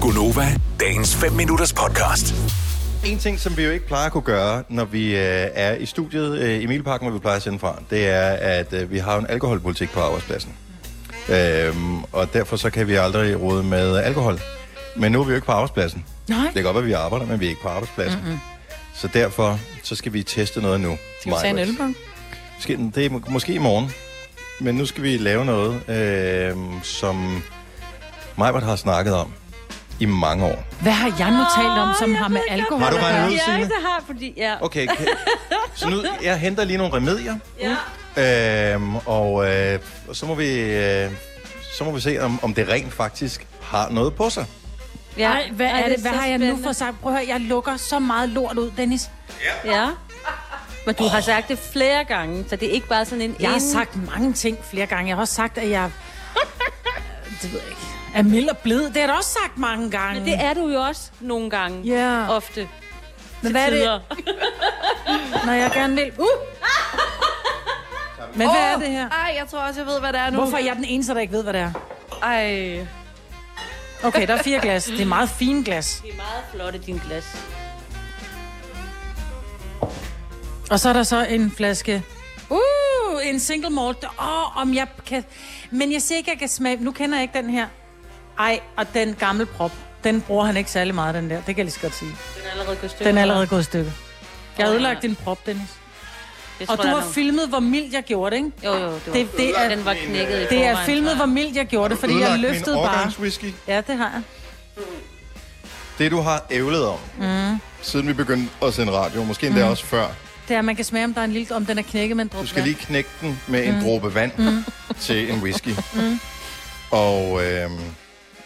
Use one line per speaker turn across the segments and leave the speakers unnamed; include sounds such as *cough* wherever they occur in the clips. Gunova, dagens 5 minutters podcast.
En ting, som vi jo ikke plejer at kunne gøre, når vi øh, er i studiet øh, i Milparken, hvor vi plejer at sende fra, det er, at øh, vi har en alkoholpolitik på arbejdspladsen. Øhm, og derfor så kan vi aldrig råde med alkohol. Men nu er vi jo ikke på arbejdspladsen.
Nej.
Det kan godt være, at vi arbejder, men vi er ikke på arbejdspladsen. Mm-hmm. Så derfor så skal vi teste noget nu.
Skal vi tage en
Maj-Brit.
ølbong?
Måske, det er må- måske i morgen. Men nu skal vi lave noget, øh, som Majbert har snakket om i mange år.
Hvad har jeg nu talt om, som har med alkohol
Har du
at gøre?
regnet ud,
Ja,
Signe?
det har jeg, fordi... Ja.
Okay, kan... så nu, jeg henter lige nogle remedier,
ja.
øhm, og, øh, og så, må vi, øh, så må vi se, om, om det rent faktisk har noget på sig.
ja.
Ej, hvad
Ej,
er det? Hvad
så
har jeg nu
spændende.
for sagt? Prøv at høre, jeg lukker så meget lort ud, Dennis.
Ja. Men du har sagt det flere gange, så det er ikke bare sådan en...
Jeg har
en-
sagt mange ting flere gange. Jeg har også sagt, at jeg... Det ved jeg ikke. Er mild og blid. Det har jeg da også sagt mange gange.
Det er du jo også nogle gange.
Ja.
Ofte.
Men hvad er det,
Tider.
når jeg gerne vil? Uh! Men hvad er det her?
Ej, jeg tror også, jeg ved, hvad det er nu.
Hvorfor er jeg den eneste, der ikke ved, hvad det er?
Ej.
Okay, der er fire glas. Det er meget fine glas.
Det er meget flotte, din glas.
Og så er der så en flaske... Uh, en single malt. Åh, oh, om jeg kan... Men jeg siger ikke, jeg kan smage... Nu kender jeg ikke den her. Ej, og den gamle prop. Den bruger han ikke særlig meget, den der. Det kan jeg lige så godt sige.
Den er allerede gået i stykker.
Den er allerede gået i stykker. Jeg har
Åh,
ødelagt
ja.
din prop, Dennis.
Det tror
Og du
jeg,
har
der er
filmet, hvor mild jeg gjorde det, ikke?
nogen- Jo, jo, det var,
Det- det er-
den var knækket i
Det er
forvejen,
filmet,
tror
hvor
jeg.
mild jeg gjorde det, fordi jeg
Ødelagt
løftede
min
bare.
årgangswhisky,
Ja, det har jeg.
det du har ævlet om, mm. siden vi begyndte at sende radio, måske endda mm. også før.
Det er, at man kan smage, om, der er en lille, om den er knækket med en dråbe.
Du skal
vand.
lige knække den med en dråbe vand til en whisky. Mm. Og øh,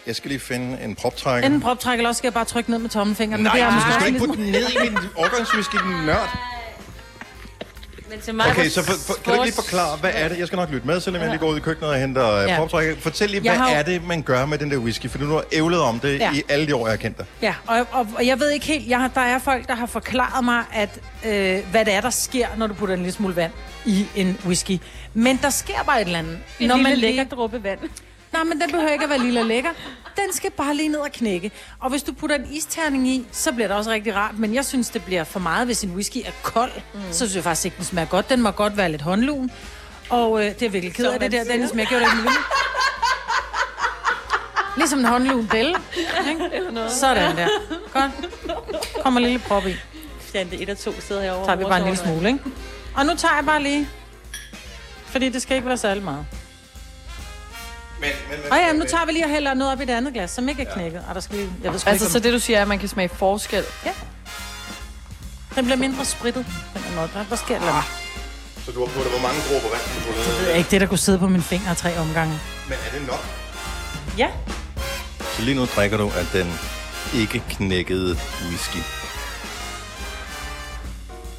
jeg skal lige finde en proptrækker.
Enten proptræk, eller også skal jeg bare trykke ned med tommelfingeren. men
Nej,
det er
du
måske
skal sgu
en
ikke
lille
putte den ned i min årgangswhisky, din nørd.
Men til mig
Okay,
var
så for, for, kan du ikke lige forklare, hvad er det? Jeg skal nok lytte med, selvom jeg lige går ud i køkkenet og henter ja.
Ja.
poptrækker. Fortæl lige,
Jeg
hvad
har jo-
er det, man gør med den der whisky? For du har ævlet om det ja.
Ja.
i alle de år, jeg har kendt dig.
Ja, og, og, og jeg ved ikke helt, jeg har, der er folk, der har forklaret mig, at, øh, hvad det er, der sker, når du putter en lille smule vand i en whisky. Men der sker bare et eller andet.
En
når
lille
man
lækker
Lige,
dråbe vand.
nej, men den behøver ikke at være lille og lækker. Den skal bare lige ned og knække. Og hvis du putter en isterning i, så bliver det også rigtig rart. Men jeg synes, det bliver for meget, hvis en whisky er kold. Mm. Så synes jeg faktisk ikke, den smager godt. Den må godt være lidt håndlun. Og øh, det er jeg virkelig ked af det der, Dennis, men jeg gjorde det ikke med vilje. Ligesom en håndlun bælle.
*laughs*
ikke? Sådan der. Godt. Kommer en lille prop i.
Fjante 1 og 2 sidder herovre.
tager vi
og
bare en lille
morer sig over
smule, ikke? Og nu tager jeg bare lige... Fordi det skal ikke være særlig meget.
Men, men, men,
Og ja, nu tager vi lige og hælder noget op i det andet glas, som ikke er knækket. Og der skal lige... Jeg ved sgu
Altså,
ikke,
så
om...
det du siger er, at man kan smage forskel.
Den bliver mindre sprittet. Den er noget. Der, der sker eller andet.
Så du har puttet hvor mange dråber vand? Du
Det er ikke det, der kunne sidde på min finger i tre omgange.
Men er det nok?
Ja.
Så lige nu drikker du af den ikke knækkede whisky.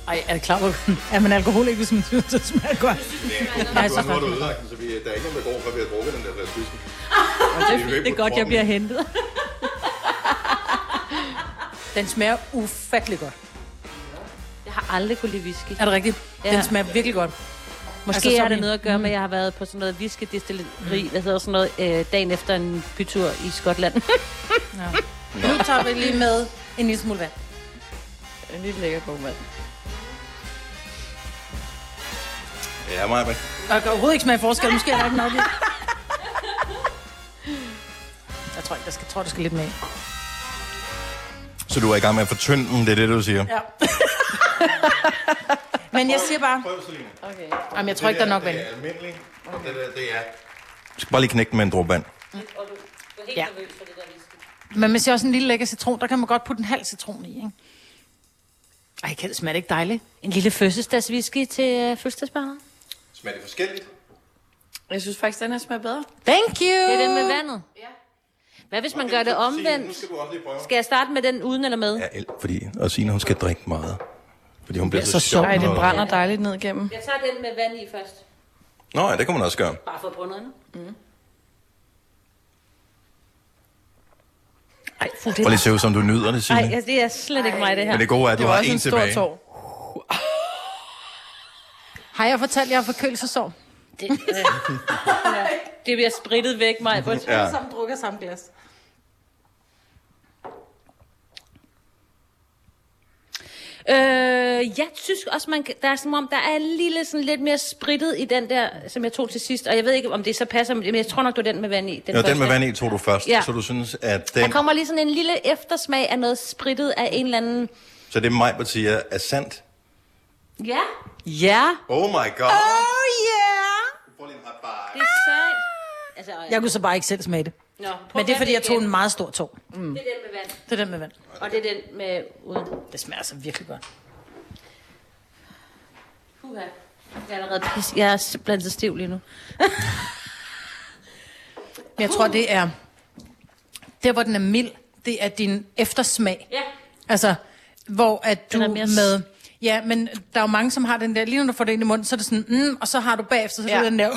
Ej, er det klar, hvor... *laughs* er man alkoholik, hvis man synes, det smager godt? Nej, så faktisk.
ødelagt den, så vi, øh, der er ikke nogen, der går, før vi har drukket den der flaske whisky.
Det, det er godt, jeg bliver hentet.
Den smager ufattelig godt.
Jeg har aldrig kunne lide whisky.
Er det rigtigt? Ja. Den
Ja.
smager virkelig godt.
Måske
Altså,
altså,
så
har det
vi-
noget at gøre med, at jeg har været på sådan noget viskedestilleri, mm. hvad hedder sådan noget, øh, dagen efter en bytur i *laughs* Skotland.
Nu tager vi lige med en lille smule vand.
En lille lækker god mand.
Ja, Maja.
Og kan overhovedet ikke smage forskel. Måske er der ikke nok i. Jeg tror ikke, der skal, tror, der skal lidt mere.
Så du er i gang med at fortynde den, det er det, du siger?
Ja. Men jeg siger bare,
Prøv, Selina.
Okay.
jamen, jeg tror ikke, der er nok vand.
almindeligt, og det der, det er... Du skal bare lige knække den med en dråbe vand.
Ja. Men man siger også en lille lækker citron. Der kan man godt putte en halv citron i, ikke? Ej, kan det smage ikke dejligt?
en lille fødselsdagswhisky til øh, fødselsdagsbarnet.
Smager det forskelligt?
Jeg synes faktisk, den her smager bedre.
Thank you!
Det er den med vandet. Ja. Hvad hvis man gør det omvendt?
du også lige prøve.
Skal jeg starte med den uden eller med?
Ja, el, fordi, og Signe, hun skal drikke meget. Fordi hun bliver
Ja,
så,
så
sjov.
sjov.
Ej, den
når-
brænder dejligt ned igennem.
Jeg tager den med vand i først.
Nå ja, det kan man også gøre.
Bare for at prøve noget andet.
Ej, fu, det,
Prøv lige at se ud, som du nyder det, Signe.
Nej, altså, det er slet ikke mig, det her.
Men det gode er, at du
det var
har
også
en
en stor
tilbage.
tår.
*laughs* Har jeg fortalt jer om forkølelsesår?
Det, øh, *laughs* ja. det bliver sprittet væk, mig.
Ja.
sammen drukker samme glas.
Øh, jeg synes også, man, kan- der er som om, der er en lille, sådan lidt mere sprittet i den der, som jeg tog til sidst. Og jeg ved ikke, om det så passer, men jeg tror nok, det var den med vand i. Den
Nå, den
første.
med vand i tog du først, ja.
Ja.
så du synes, at
Der
den...
kommer lige sådan en lille eftersmag af noget sprittet af en eller anden...
Så det mig, siger, er sandt.
Ja. Ja.
Oh my god! Oh.
Oh yeah!
Det er sejt. Altså, øh,
Jeg kunne så bare ikke selv smage det.
Nå, prøv
Men det er,
at
fordi jeg tog
igen.
en meget stor tog.
Det er den med vand.
Det er den med vand.
Og det er den med uden.
Det smager altså virkelig godt.
Puha. Jeg er allerede pis. Jeg er simpelthen så stiv lige nu.
Men jeg tror, det er... Der, hvor den er mild, det er din eftersmag.
Ja.
Altså, hvor at du
Den er mere s-
med... Ja, men der er jo mange, som har den der... Lige når du får det ind i munden, så er det sådan... Mm, og så har du bagefter, så er
Ja.
det den der...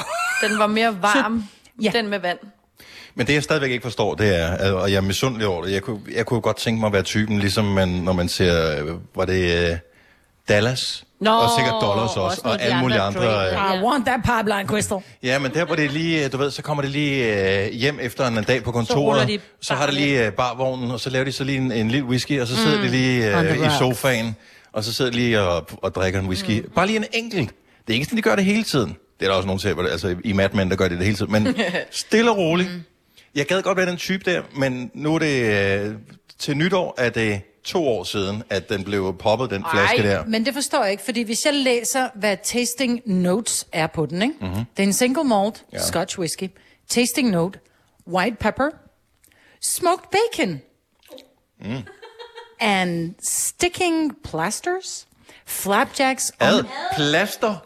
Den var mere varm,
Ja.
ja. den med vand.
Men det, jeg stadigvæk ikke forstår, det er, at- og jeg er misundelig over det, jeg kunne, jeg kunne godt tænke mig at være typen, ligesom man, når man ser, øh, var det øh, Dallas?
Nå,
og sikkert Dollars også,
også
også
nogle
og
af de
alle mulige
andre
andre...
Drake.
øh,
I want that pipeline crystal.
Ja, men der hvor det lige, øh, du ved, så kommer det lige øh, hjem efter en dag på kontoret,
ruller
så,
de
så har der
baren
lige øh, barvognen, og så laver de så lige en, en lille whisky, og så sidder mm, de lige
on
øh,
the
i
rocks.
sofaen, og så sidder de lige og, og drikker en whisky. Mm. Bare lige en enkelt. Det er ikke sådan, de gør det hele tiden. Det er der også nogen til, hvor det- altså i Mad Men, der gør det, det hele tiden, men stille og roligt. Mm. Jeg gad godt være den type der, men nu er det øh, til nytår, at det to år siden, at den blev poppet, den Ej, flaske der.
Men det forstår jeg ikke, fordi hvis jeg læser, hvad tasting notes er på den, ikke? Mm-hmm. det er en single malt
Mhm. Ja.
ja. scotch whisky. Tasting note, white pepper, smoked bacon, mm.
Mm.
and sticking plasters, flapjacks
Ad
on,
plaster.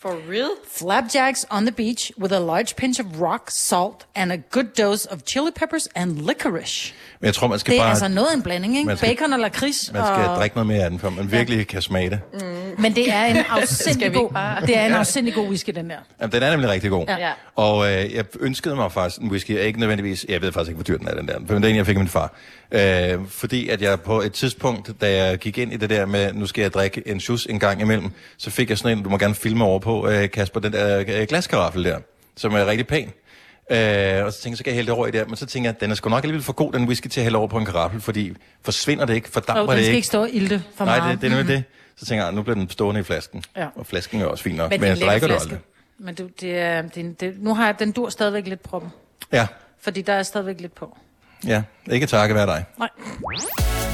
For real?
flapjacks on the beach with a large pinch of rock salt and a good dose of chili peppers and licorice.
Men jeg tror, man skal
Det er
bare...
altså noget af en blanding, ikke?
Man skal-
Bacon og lakrids.
Man skal
og...
drikke noget mere af den, før man virkelig kan smage det. Mm.
Men
*laughs*
det er en
Skal
afsindig
vi ikke
god, det er en afsindig god whisky, den der.
Jamen, den er nemlig rigtig god.
Ja.
Og øh, jeg ønskede mig faktisk en whisky. Jeg er Ikke nødvendigvis, jeg ved faktisk ikke, hvor dyr den er, den der. Men det er en, jeg fik af min far. Øh, fordi at jeg på et tidspunkt, da jeg gik ind i det der med, nu skal jeg drikke en juice en gang imellem, så fik jeg sådan en, du må gerne filme over på, øh, Kasper, den der øh, glaskaraffel der, som er rigtig pæn. Øh, og så tænkte jeg, så kan jeg hælde det over i der, men så tænker jeg, den er sgu nok alligevel for god, den whisky, til at hælde over på en karaffel, fordi forsvinder det ikke, fordamper
Og den
det
skal
ikke.
ikke stå og ilte for
Nej,
meget. Mm.
det, det er nemlig det. Så tænker jeg, nu bliver den stående i flasken.
Ja.
Og flasken er også fin nok,
Men
men,
det
men
er en
jeg
lækker
drikker det
flaske.
aldrig.
Men du, det er, det, er en- det, nu har jeg, den dur stadigvæk lidt proppen.
Ja,
Fordi der er stadigvæk lidt på.
ja. Ikke takke være dig.
Nej.